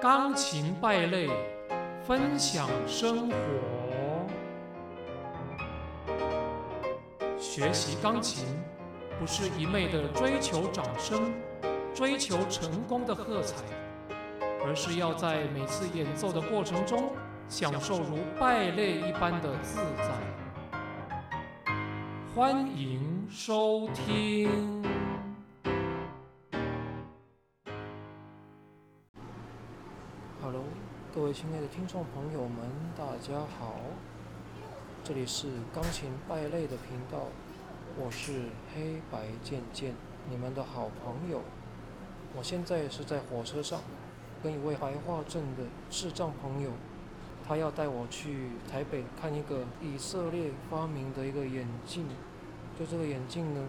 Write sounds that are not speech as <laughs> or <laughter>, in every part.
钢琴败类，分享生活。学习钢琴不是一昧的追求掌声，追求成功的喝彩，而是要在每次演奏的过程中，享受如败类一般的自在。欢迎收听。 Hello，各位亲爱的听众朋友们，大家好，这里是钢琴败类的频道，我是黑白渐渐，你们的好朋友。我现在是在火车上，跟一位白化症的视障朋友，他要带我去台北看一个以色列发明的一个眼镜。就这个眼镜呢，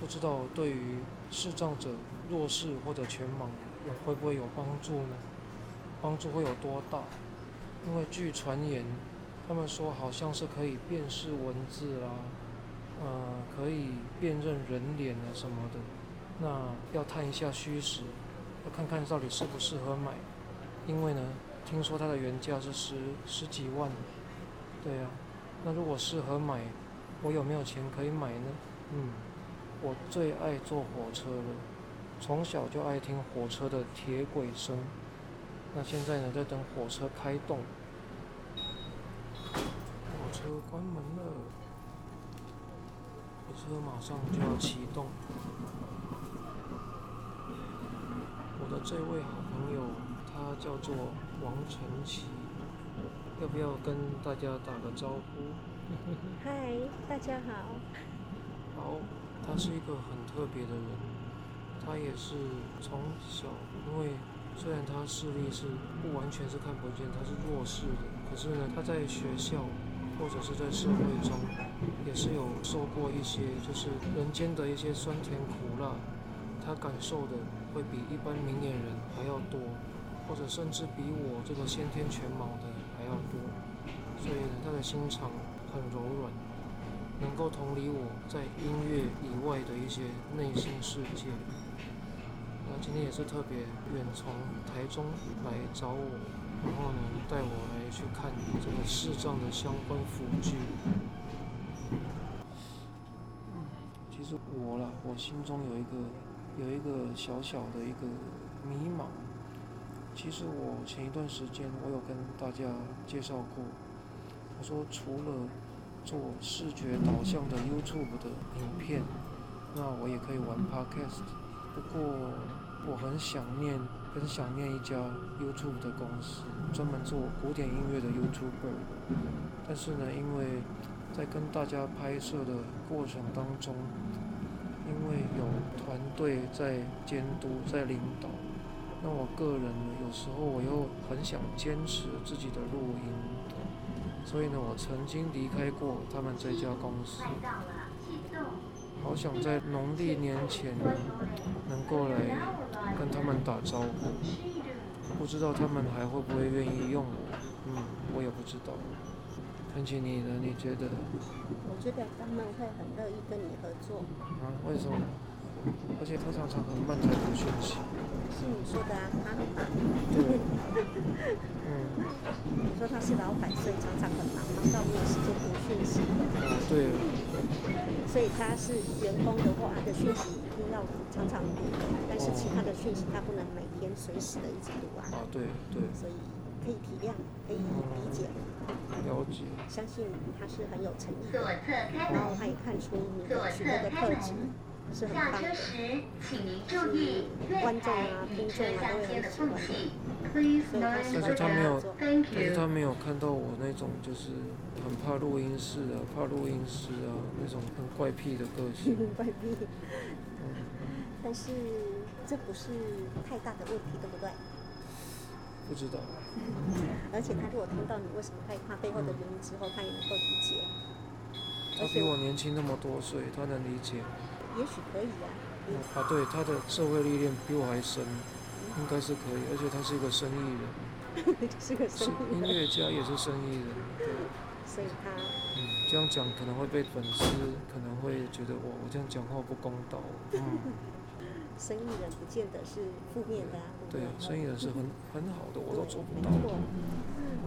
不知道对于视障者、弱视或者全盲会不会有帮助呢？帮助会有多大？因为据传言，他们说好像是可以辨识文字啊，呃，可以辨认人脸啊什么的。那要探一下虚实，要看看到底适不适合买。因为呢，听说它的原价是十十几万。对啊，那如果适合买，我有没有钱可以买呢？嗯，我最爱坐火车了，从小就爱听火车的铁轨声。那现在呢，在等火车开动。火车关门了，火车马上就要启动。我的这位好朋友，他叫做王晨琪，要不要跟大家打个招呼？嗨，大家好。好，他是一个很特别的人，他也是从小因为虽然他视力是不完全是看不见，他是弱视的，可是呢，他在学校或者是在社会中，也是有受过一些就是人间的一些酸甜苦辣，他感受的会比一般明眼人还要多，或者甚至比我这个先天全盲的还要多，所以呢，他的心肠很柔软，能够同理我在音乐以外的一些内心世界。那今天也是特别远从台中来找我，然后呢带我来去看这个视障的相关辅具。嗯，其实我啦，我心中有一个有一个小小的一个迷茫。其实我前一段时间我有跟大家介绍过，我说除了做视觉导向的 YouTube 的影片，那我也可以玩 Podcast。不过我很想念，很想念一家 YouTube 的公司，专门做古典音乐的 YouTuber。但是呢，因为在跟大家拍摄的过程当中，因为有团队在监督、在领导，那我个人呢，有时候我又很想坚持自己的录音，所以呢，我曾经离开过他们这家公司。好想在农历年前能够来跟他们打招呼，不知道他们还会不会愿意用我，嗯，我也不知道。陈琪，你呢？你觉得我觉得他们会很乐意跟你合作，啊？为什么？而且他常常很慢才回讯息，是你说的啊？啊，嗯，你说他是老板，所以常常很忙，忙到没有时间读讯息。啊，对了，所以他是员工的话，他的讯息一定要常常读，但是其他的讯息他不能每天随时的一直读啊。啊，对对，所以可以体谅，可以理解，了解，相信他是很有诚意左的，侧开然门后，他也看出你左的侧取得的开特门质。是很下棒的 <laughs> 车，时请您注意月观众台啊与听众车啊厢都间很的喜欢缝隙。Please 所以他 learn 喜但欢是他没有合 further. 作。 Thank 但是 you. 他没有看到我那种就是很怕录音室啊，怕录音室啊那种很怪癖的个性，怪癖，嗯。但是这不是太大的问题，对不对？不知道，而且他如果听到你为什么害怕背后的原因之后，他也能够理解，他比我年轻那么多岁，他能理解。也许可以啊。 <laughs> 啊，对，他的社会历练比我还深，应该是可以。而且他是一个生意人，是个是生意音人，乐家，也是生意人。对，所以他嗯，这样讲可能会被粉丝可能会觉得我我这样讲话不公道。嗯，生意人不见得是负面的啊，对对不，生意人是很很好的，我都做不没到，错，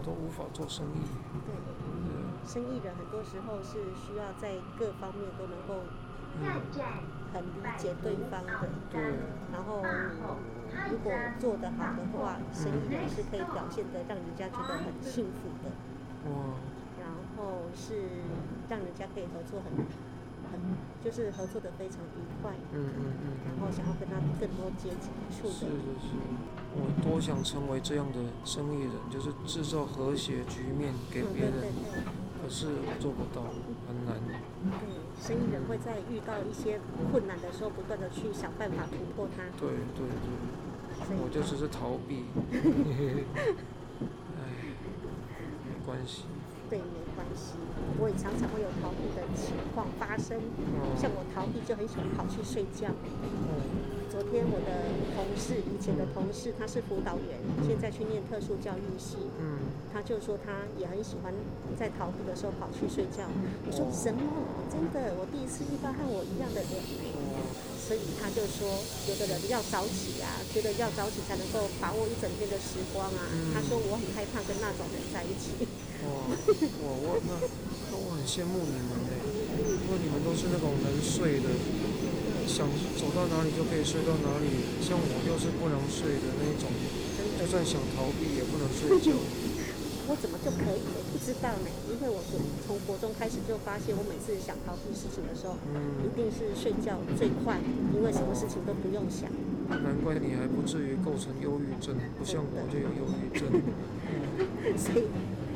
我都无法做生意。对，对，啊生意人很多时候是需要在各方面都能够嗯，站很理解对方的，对，然后你如果做得好的话，生意人是可以表现得让人家觉得很幸福的，哇，然后是让人家可以合作很很就是合作的非常愉快，嗯嗯嗯，然后想要跟他更多接触是是的，是，我多想成为这样的生意人，就是制造和谐局面给嗯，别对人对，对。可是我做不到，很难。嗯对，生意人会在遇到一些困难的时候，不断的去想办法突破它。对对对，所以我就只是逃避。哎，没关系。对没关系，我也常常会有逃避的情况发生。像哦，我逃避就很喜欢跑去睡觉。哦昨天我的同事，以前的同事，他是辅导员，现在去念特殊教育系。嗯，他就说他也很喜欢在逃避的时候跑去睡觉。我说哦什么？真的，我第一次遇到和我一样的人欸哦，<laughs> 所以他就说，有的人要早起啊，觉得要早起才能够把握一整天的时光啊。嗯他说我很害怕跟那种人在一起。哦，我我那那我很羡慕你们嘞，因为你们都是那种能睡的，想走到哪里就可以睡到哪里，像我又是不能睡的那一种，真就的，算想逃避也不能睡觉。我怎么就可以呢？不知道呢，因为我从从国中开始就发现，我每次想逃避事情的时候，一嗯，定是睡觉最快，因为什么事情都不用想。 <laughs> 难怪你还不至于构成忧郁症，不像我就有忧郁症。 <laughs> 所以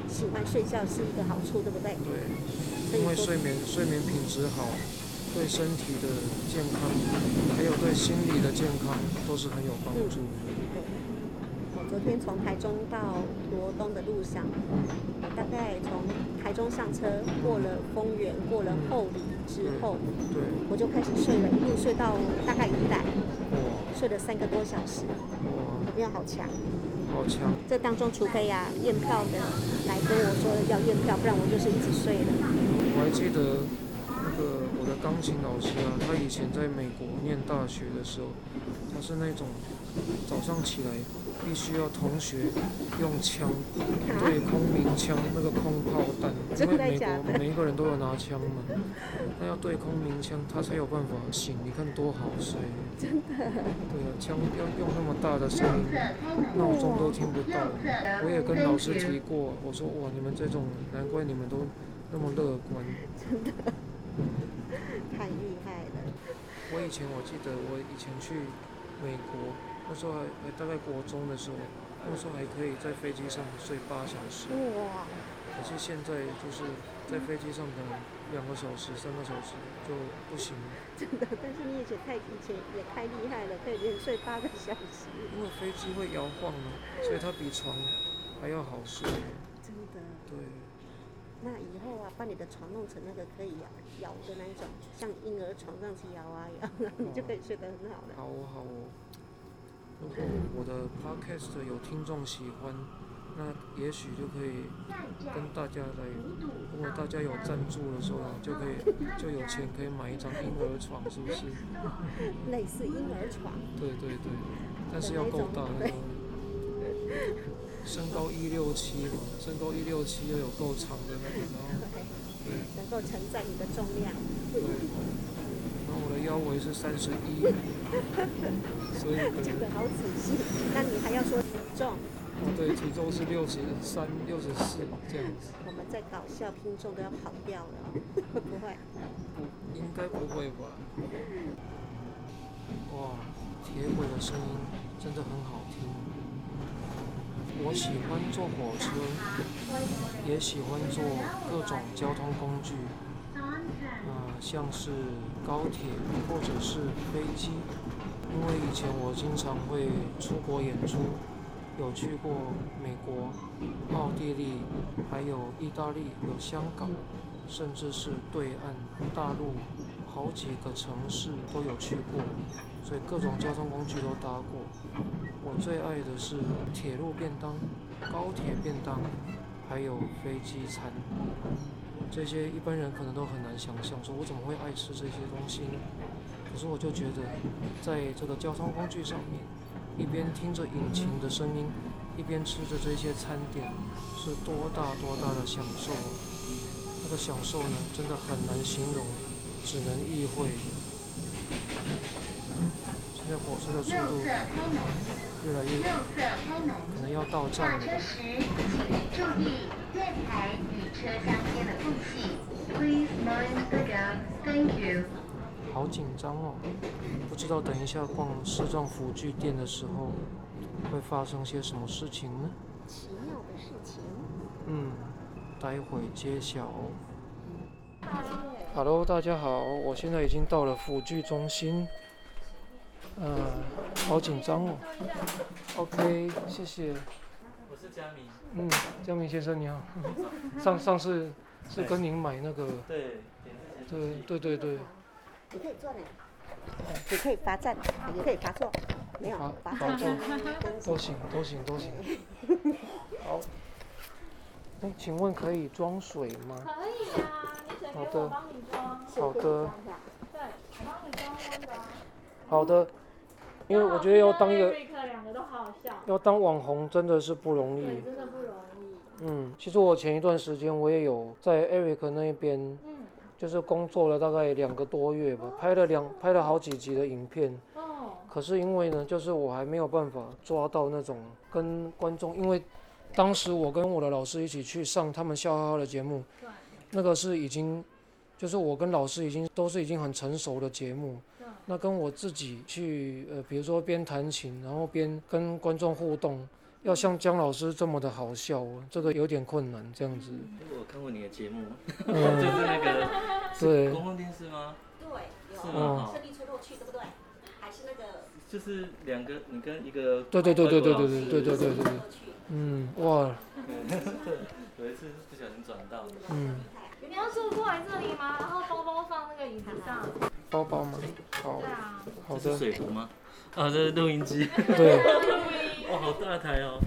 喜欢睡觉是一个好处，对不对？对。所因为以说睡眠睡眠品质好，对身体的健康，还有对心理的健康都是很有帮助的。对，我昨天从台中到罗东的路上，我大概从台中上车，过了丰原，过了后里之后，对，我就开始睡了，一路睡到大概宜兰，哇睡了三个多小时，哇，有没有好强？好强！这当中，除非啊验票的来跟我说要验票，不然我就是一直睡了。我还记得那个我的钢琴老师啊，他以前在美国念大学的时候，他是那种早上起来必须要同学用枪对空鸣枪那个空炮弹，因真为的美假国的每一个人都有拿枪嘛，那要对空鸣枪，他才有办法醒。你看多好睡，真的。对啊，枪要用那么大的声右侧音，开门，闹钟都听不到。右侧的我也跟老师提分过，我说哇，你们这种难怪你们都那么乐观。太厉害了，我以前我记得我以前去美国，那时候还还大概国中的时候，那时候还可以在飞机上睡八小时，哇！可是现在就是在飞机上可能两个小时、三个小时就不行了，真的，但是你以前太以前也太厉害了，可以连睡八个小时，因为飞机会摇晃嘛，所以它比床还要好睡。真的。对，那以后啊，把你的床弄成那个可以摇摇的那一种，像婴儿床这样去摇啊摇，然后你就可以睡得很好了。好哦好哦。如果我的 podcast 有听众喜欢，那也许就可以跟大家来如果大家有赞助的时候，就可以就有钱可以买一张婴儿床，是不是？类似婴儿床，对对对，但是要够大，那个身高一六七嘛，身高一六七要有够长的那个，然后对，能够承载你的重量。然后我的腰围是三十一，所以讲对得好仔细，那你还要说体重？哦对，体重是六十三、六十四这样子，我们在搞笑，听众都要跑掉了， <laughs> 会不会？不应该不会吧？哇，铁轨的声音真的很好听。我喜欢坐火车，也喜欢坐各种交通工具，啊、像是高铁或者是飞机。因为以前我经常会出国演出，有去过美国、奥地利，还有意大利，有香港，甚至是对岸大陆好几个城市都有去过，所以各种交通工具都搭过。我最爱的是铁路便当、高铁便当，还有飞机餐。这些一般人可能都很难想象，说我怎么会爱吃这些东西呢？可是我就觉得，在这个交通工具上面，一边听着引擎的声音，一边吃着这些餐点，是多大多大的享受啊！那个享受呢，真的很难形容，只能意会。现在火车的速右度侧开门，越来越右侧开门。可能要到站下了车。时，请您注意月台与车厢间的缝隙。Please mind the gap. Thank you. 好紧张哦，不知道等一下逛市政府具店的时候会发生些什么事情呢？奇妙的事情。嗯，待会揭晓哦。Hello，大家好，我现在已经到了辅具中心，呃，好紧张哦。OK，谢谢。我是佳明，嗯，江明先生你好，嗯上上次是跟您买那个，对，对对对对，你可以坐哪？你可以罚站，你可以罚坐，没有好罚好站坐跟都行都行都行。好，哎，请问可以装水吗？可以啊，你水好给的我帮你装，好的，对，我帮你装温的啊。好的，因为我觉得要当一个瑞克两个都好好笑，要当网红真的是不容对，易。真的不容易。嗯，其实我前一段时间我也有在 Eric 那边，嗯，就是工作了大概两个多月吧，拍了两拍了好几集的影片。 <laughs> 哦， <laughs> 可是因为呢，就是我还没有办法抓到那种跟观众，因为当时我跟我的老师一起去上他们笑哈哈的节目，对那个是已经，就是我跟老师已经都是已经很成熟的节目。对，那跟我自己去，呃，比如说边弹琴，然后边跟观众互动，要像姜老师这么的好笑，哦这个有点困难。这样子，我有看过你的节目， <laughs> 就嗯，是那个对嗯公，共电视吗？对，是有吗？嗯哈胜利村落去对不对？还是那个就是两个，你跟一个对对对对对对对对对对胜利村落去，嗯，哇，对， <laughs> 有一次不小心转到，嗯，你要坐过来这里吗？然后包包放那个椅子上。包包嘛，好对， <laughs> 啊， <laughs> 好这是的，水壶吗？啊，这是录 <laughs> 音机，对啊哇，好大台哦！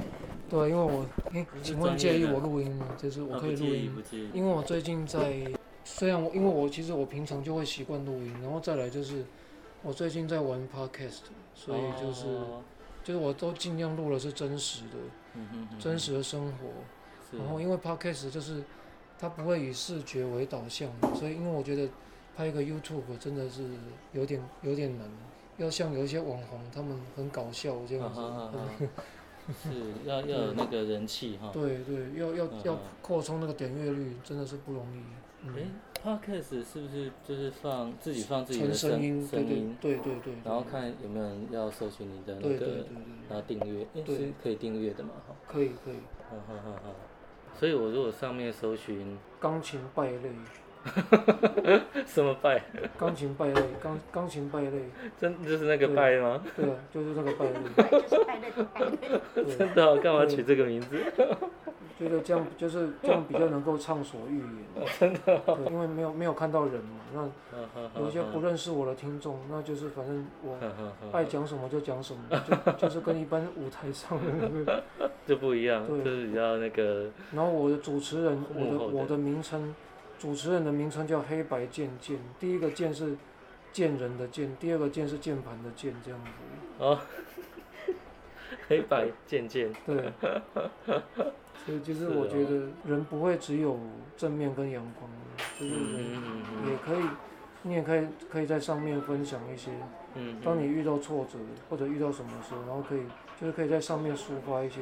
对，啊因为我，诶，你是请问专业介意的我录音吗？就是我啊可以不录介意，音不，介意。因为我最近在，虽然我因为我其实我平常就会习惯录音，然后再来就是我最近在玩 podcast，所以就是。哦就是我都尽量录的是真实的、嗯哼哼真实的生活。是然后因为 podcast 就是它不会以视觉为导向，所以因为我觉得拍一个 YouTube 真的是有点有点难，要像有一些网红他们很搞笑这啊样子。哈哈 <laughs> 哈，是要要有那个人气哈。对对，要要嗯要嗯扩充那个点阅率，真的是不容易。哎嗯， ，Podcast 是不是就是放自己放自己纯的声音，对声对音，对对对。然后看有没有人要搜寻你的那对。对对个对，对，然后订阅，诶对是可以订阅的嘛？哈，可以可以。哈哈哈哈。所以我如果上面搜寻钢琴败类，什么拜，钢琴败类，钢钢琴败类，真就是那个拜吗？对啊，就是那个败类。对，就是拜认拜 <laughs> 认，对真的哦、干嘛取这个名字？觉得这样就是这样比较能够畅所欲言，真的、对，因为没有没有看到人嘛，那哈哈哈有一些不哈认识我的听众，那就是反正我哈哈哈爱讲什么就讲什么，就就是跟一般舞台上的那个。就不一样，对就是比较那个然后我的主持人，我幕的后的我的名称，主持人的名称叫黑白键键，第一个键是键人的键，第二个键是键盘的键，这样子。哦，黑白渐渐， <laughs> 对，所以其实是我觉哦得人不会只有正面跟阳光，就嗯是人。嗯也可以，你也可以可以在上面分享一些，嗯当你你遇到挫折或者遇到什么时候，然后可以就是可以在上面抒发一些。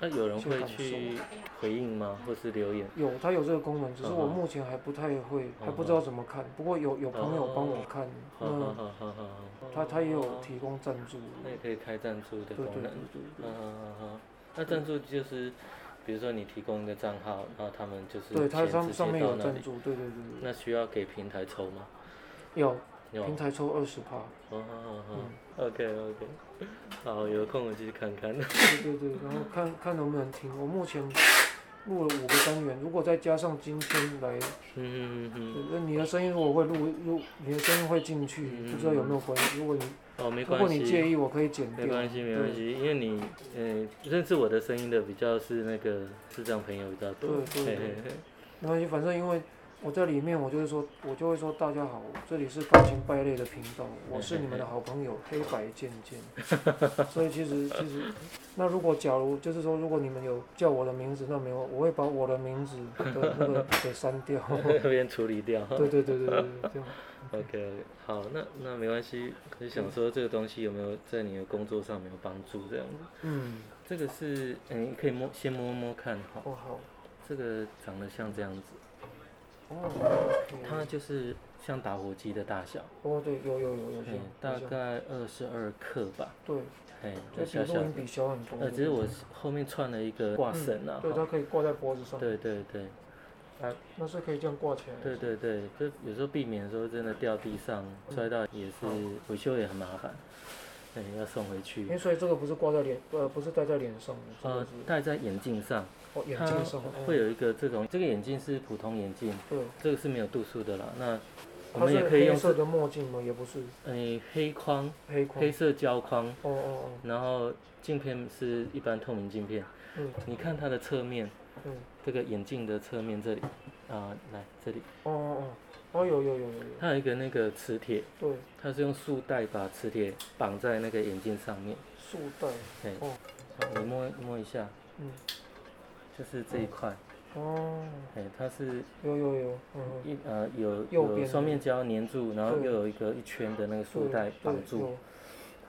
那有人先会感去回应吗？或是留言？有，它有这个功能，只是我嗯哼目前还不太会，还不嗯哼嗯知道怎么看。不过有有朋友帮我看，哈哈那哈哈哈哈他他也有提供赞助。那也可以开赞助的对对功对能。对嗯对，嗯嗯，那赞助就是，比如说你提供一个账号，然后他们就是对它钱上直接上面到有那赞里，助，对对对对，那需要给平台抽吗？有有。平台嗯抽二十 <laughs> 趴，哦哦哦，OK OK，好，有空我去看看。嗯对对对，然后看看能不能听。我目前录了五个单元，如果再加上今天来呃嗯嗯嗯对那你的声音如果会录录，你的声音会进去，嗯不知道有没有关系。如果你哦，没如果关你介系，意，我可以剪掉。没关系，没关对。系，因为你，嗯，认识我的声音的比较是那个视障朋友比较多。对对对没关系，反正因为我在里面我就会说，我就会说大家好，这里是钢琴败类的频道，我是你们的好朋友黑白渐 <laughs> 渐。所以其实其实，那如果假如就是说，如果你们有叫我的名字，那没有，我会把我的名字的那 <laughs> 个给删掉。 <laughs> 那边处理掉。对对对对对对，这样 OK OK，好，那那没关系。可是想说这个东西有没有在你的工作上有没有帮助？这样子，嗯，这个是嗯，你可以摸先摸摸看哈。哦好，这个长得像这样子，哦，它就是像打火机的大小，哦对，有有有有嘿些，大有些概二十二克吧，对，嘿，就这比小录小音笔小很多。呃，只是我后面串了一个挂绳啊嗯，对，它可以挂在脖子上，哎对对对那是可以这样挂起来。对，对对，就有时候避免说真的掉地上摔到也是维修也很麻烦，对，要送回因去为。所以这个不是挂在脸，呃，不是戴在脸上的，这呃个是，戴在眼镜上，哦眼它镜上，会有有一个这种，这个眼镜是普通眼镜，对，这个是没有度数的啦。那我它们是也可以用黑色的墨镜吗？也不是诶、黑框，黑框黑。色胶框，哦哦哦，然后镜片是一般透明镜片，嗯你看它的侧面，嗯，这个眼镜的侧面这里，啊、来这里，哦哦哦，哦有有有有有，它有一个那个磁铁，对，它是用束带把磁铁绑在那个眼镜上面。束带，对，哦好你摸摸一下，嗯，就是这一块，哦，哎，它是有有有，嗯嗯，一呃有右边有的双面胶粘住，然后对又有一个一圈的那个束对带绑对住，有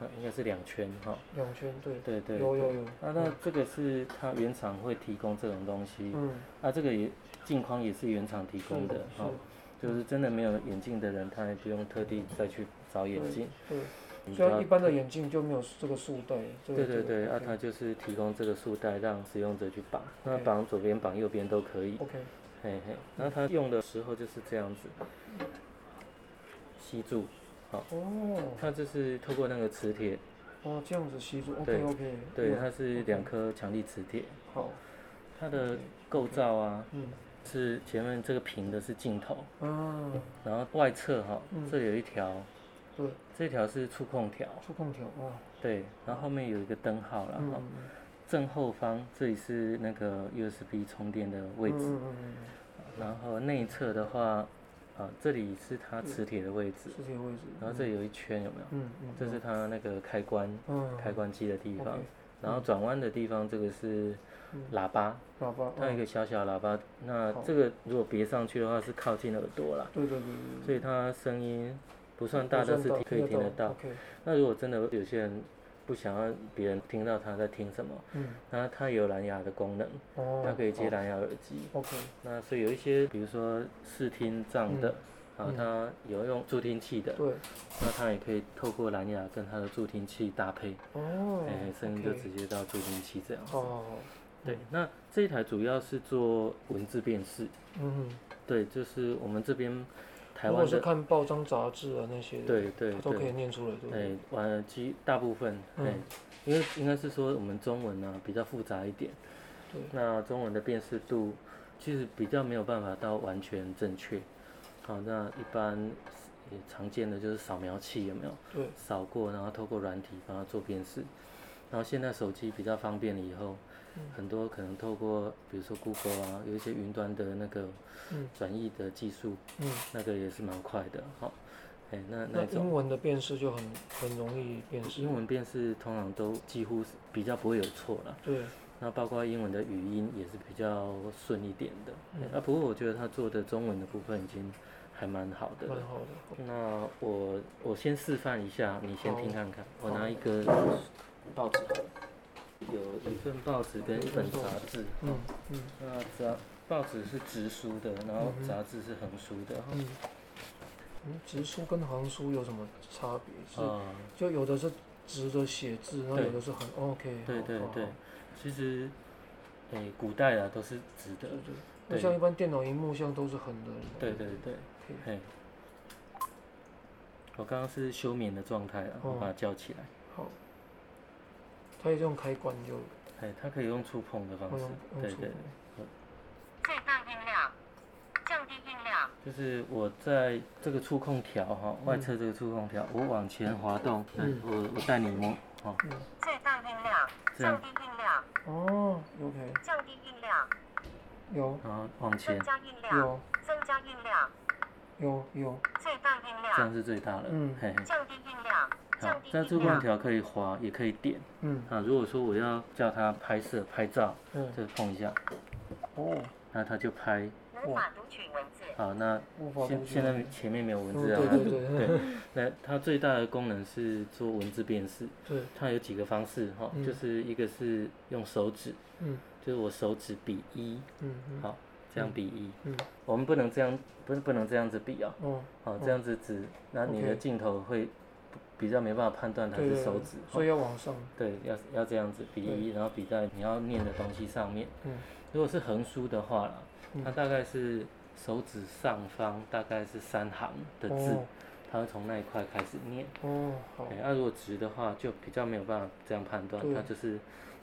啊应该是两圈哈、两圈，对，对对有有对。有，啊，那这个是它原厂会提供这种东西，嗯，啊，这个也镜框也是原厂提供的是哈、就是真的没有眼镜的人，他也不用特地再去找眼镜，对，你虽然要一般的眼镜就没有这个束带，这个对对对，啊，它它就是提供这个束带让使用者去绑，那 OK 绑左边绑右边都可以， OK，嘿嘿。那它用的时候就是这样子，吸住，哦它就是透过那个磁铁，哦这样子吸住对，OK OK，对，它是两颗强力磁铁，好，它的构造啊嗯是前面这个平的是镜头，嗯啊，然后外侧哈、嗯这里有一条，对，这条是触控条，触控条哇，对，然后后面有一个灯号啦，嗯哈嗯嗯正后方这里是那个 USB 充电的位置。嗯嗯嗯然后内侧的话，啊，这里是它磁铁的位置嗯，，是这个位置，然后这里有一圈有没有？嗯嗯，这是它那个开关嗯开关机的地方 OK，嗯然后转弯的地方这个是喇叭，喇叭，它有一嗯个小小的喇叭，那好这个如果别上去的话是靠近耳朵啦，对对对对对，所以它声音不算大，但是我可以听得到到。 ，OK，那如果真的有些人不想要别人听到他在听什么，嗯，那它有蓝牙的功能，哦，它可以接蓝牙耳机。 ，OK，那所以有一些，比如说视听障的，啊，他有用助听器的，对，那他也可以透过蓝牙跟他的助听器搭配，哦哎、，声音就 OK 哦直接到助听器这样。好好好，对，那这一台主要是做文字辨识，嗯，对，就是我们这边台如果湾是的，看报章杂志啊那些，，对对都可以对，念出来，对不对？哎，完基大部分，哎、嗯因为应该是说我们中文呢、啊比较复杂一点对，那中文的辨识度其实比较没有办法到完全正确。好，那一般也常见的就是扫描器有没有？对，扫过，然后透过软体帮它做辨识。然后现在手机比较方便了以后，嗯很多可能透过比如说 Google 啊，有一些云端的那个嗯转译的技术，嗯，那个也是蛮快的。好，哎，那那那种英文的辨识就很很容易辨识，英文辨识通常都几乎是比较不会有错啦。对，那包括英文的语音也是比较顺一点的。嗯哎啊，不过我觉得他做的中文的部分已经还蛮好的了蛮。好的，嗯那我我先示范一下，你先听看看。我拿一个报纸好了，有一份报纸跟一本杂志。嗯嗯那杂报纸是直书的，然后杂志是横书的。嗯。嗯，直书跟行书有什么差别？是啊、就有的是直着写字，然后对有的是很 OK，对好哦对好好对，其实，诶、古代啊都是直的。那对像一般电脑荧幕像都是横的，对对对，嘿。我刚刚是休眠的状态啊，我哦把它叫起来。好，它有这种开关就哎，它可以用触碰的方会式用，哦用对触对摸，最大音量，降低音量，就是我在这个触控条哈，外侧这个触控条，我往前滑动，来嗯我我带你摸，哦，最大音量，这降样低音量，哦，OK，降低音量，有然后往前增，加音量，有增加音量，有有，最大音这量样，是最大的。嗯嘿嘿。降低音量，好降，低在音触控量，条可以滑，也可以点。嗯啊，如果说我要叫它拍摄拍照，嗯就碰一下，哦，那它就拍。无法读取文字，好，那无法现攻击现在前面没有文字啊嗯。 <laughs> 对对对对。那它最大的功能是做文字辨识，对，它有几个方式哈，嗯就是一个是用手指，嗯就是我手指比一，嗯嗯好，这样比一。嗯我们不能这样，不是不能这样子比啊、哦，好，这样子指，那你的 OK 镜头会不比较没办法判断它对是对手对指，，所以要往上，对，要要这样子比一，然后比在你要念的东西上面。嗯如果是横书的话啦，它嗯大概是手指上方大概是三行的字哦，它会从那一块开始念。哦好哎，那如果直的话，就比较没有办法这样判断，对它就是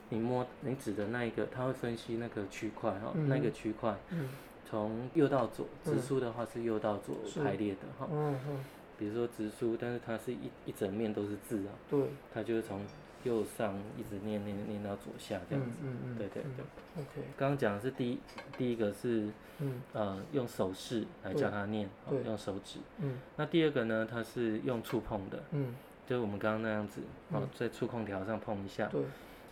你摸你指的那一个，它会分析那个区块哈，那个嗯区块嗯从右到左，直嗯书的话是右到左是排列的哈。嗯嗯比如说直书，但是它是一一整面都是字啊，对，它就是从右上一直念念念到左下这样嗯子。嗯嗯对对对，嗯，OK，刚刚讲的是第一第一个是嗯呃用手势来对教他念，哦对用手指。嗯那第二个呢，它是用触碰的，嗯就是我们刚刚那样子，哦嗯，在触控条上碰一下。对，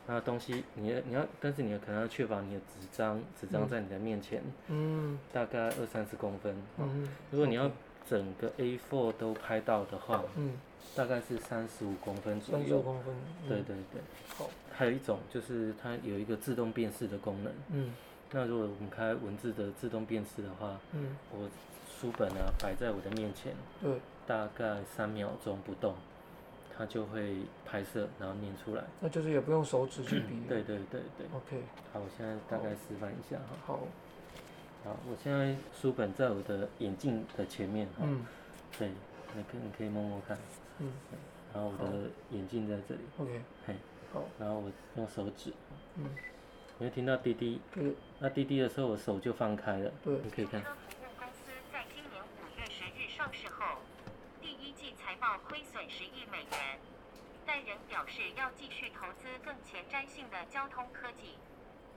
那东西你要你要，但是你要可能要确保你的纸张纸张嗯在你的面前，嗯大概二三十公分。哦嗯如果你要 OK 整个 A4 都拍到的话，嗯，大概是三十五公分左三十五右。公分，对嗯对对，好，还有一种就是它有一个自动辨识的功能。嗯那如果我们开文字的自动辨识的话，嗯我书本啊摆在我的面前，对，大概三秒钟不动，它就会拍摄然后念出来。那就是也不用手指去比，对对对对， ，OK，好，我现在大概示范一下哈。好，好，我现在书本在我的眼镜的前面哈，嗯对，你可以你可以摸摸看，嗯然后我的眼镜在这里， ，OK，嘿，好，然后我用手指，嗯，你会听到滴滴，对那滴滴的时候我手就放开了，对你可以看，车服务公司在今年五月十日上市后，第一季财报亏损十亿美元，但仍表示要继续投资更前瞻性的交通科技。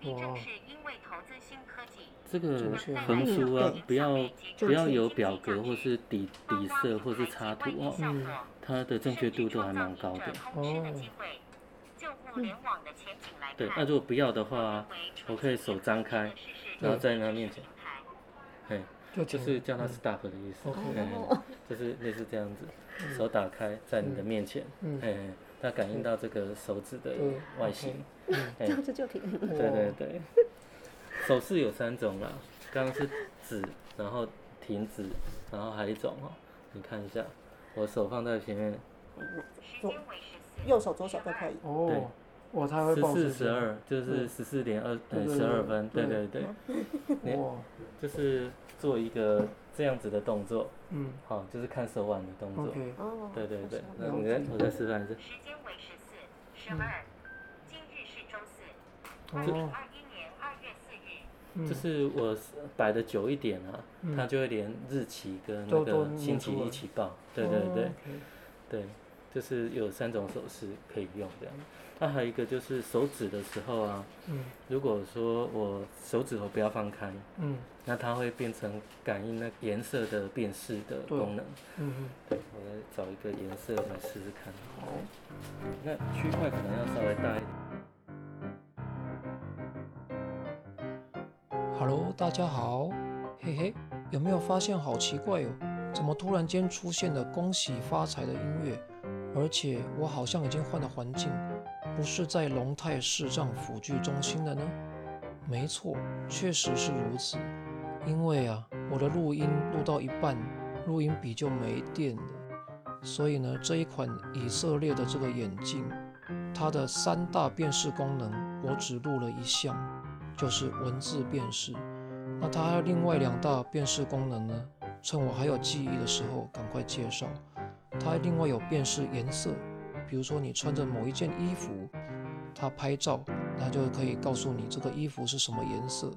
哇力正是因为投资新科技，这个出现横书啊，不要就是不要有表格或是底底色或是插图哦，嗯，它的正确度都还蛮高的。哦就互联网的前景来看，对，那如果不要的话，我可以手张开，然后在那它面前，嘿，就就停是叫它 stop 的意思，嗯 OK 嘿就是类似这样子，手打开在你的面前，嗯嘿，嘿它感应到这个手指的对外形，这样子就挺哦对对对，手势有三种啦，刚刚是指，然后停止，然后还有一种哦，你看一下，我手放在前面，右手左手都可以。哦，哇，它会十报时四十间，二就是十四点二嗯对呃对十对二嗯分，对对对对，你哇，就是做一个这样子的动作，嗯好、就是看手腕的动作。 ，OK，哦，对对对，那了你再我再示范一次，时间为十四、十二，今日是周四，二零哦，二一年二月四日，嗯就是我摆的久一点啊，嗯它就会连日期跟那都都个念星期出来一起报。对对对、哦，OK，对，就是有三种手势可以用这样。那、还有一个就是手指的时候啊，嗯如果说我手指头不要放开，嗯那它会变成感应那颜色的辨识的对功能。嗯嗯，对，我来找一个颜色来试试看。好，那区块可能要稍微大一点。 Hello，大家好，嘿嘿，有没有发现好奇怪哦？怎么突然间出现了恭喜发财的音乐？而且我好像已经换了环境，不是在龙泰视障辅具中心了呢？没错，确实是如此。因为啊，我的录音录到一半，录音笔就没电了，所以呢，这一款以色列的这个眼镜，它的三大辨识功能，我只录了一项。就是文字辨识。那它还有另外两大辨识功能呢，趁我还有记忆的时候赶快介绍。它还另外有辨识颜色，比如说你穿着某一件衣服，它拍照，那就可以告诉你这个衣服是什么颜色。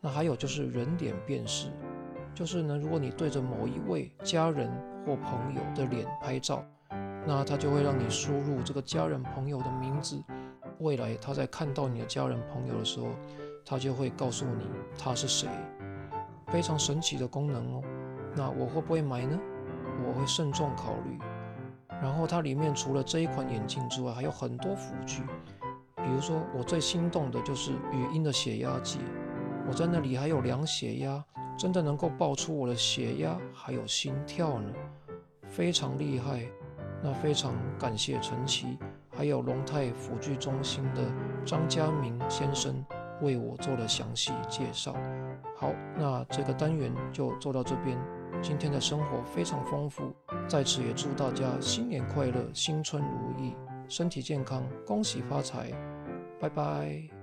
那还有就是人脸辨识，就是呢，如果你对着某一位家人或朋友的脸拍照，那它就会让你输入这个家人朋友的名字，未来他在看到你的家人朋友的时候，它就会告诉你他是谁，非常神奇的功能哦。那我会不会买呢？我会慎重考虑。然后它里面除了这一款眼镜之外，还有很多辅具，比如说我最心动的就是语音的血压计，我在那里还有量血压，真的能够报出我的血压还有心跳呢，非常厉害。那非常感谢陈奇，还有龙泰辅具中心的张家明先生为我做了详细介绍。好，那这个单元就做到这边。今天的生活非常丰富，在此也祝大家新年快乐，新春如意，身体健康，恭喜发财，拜拜。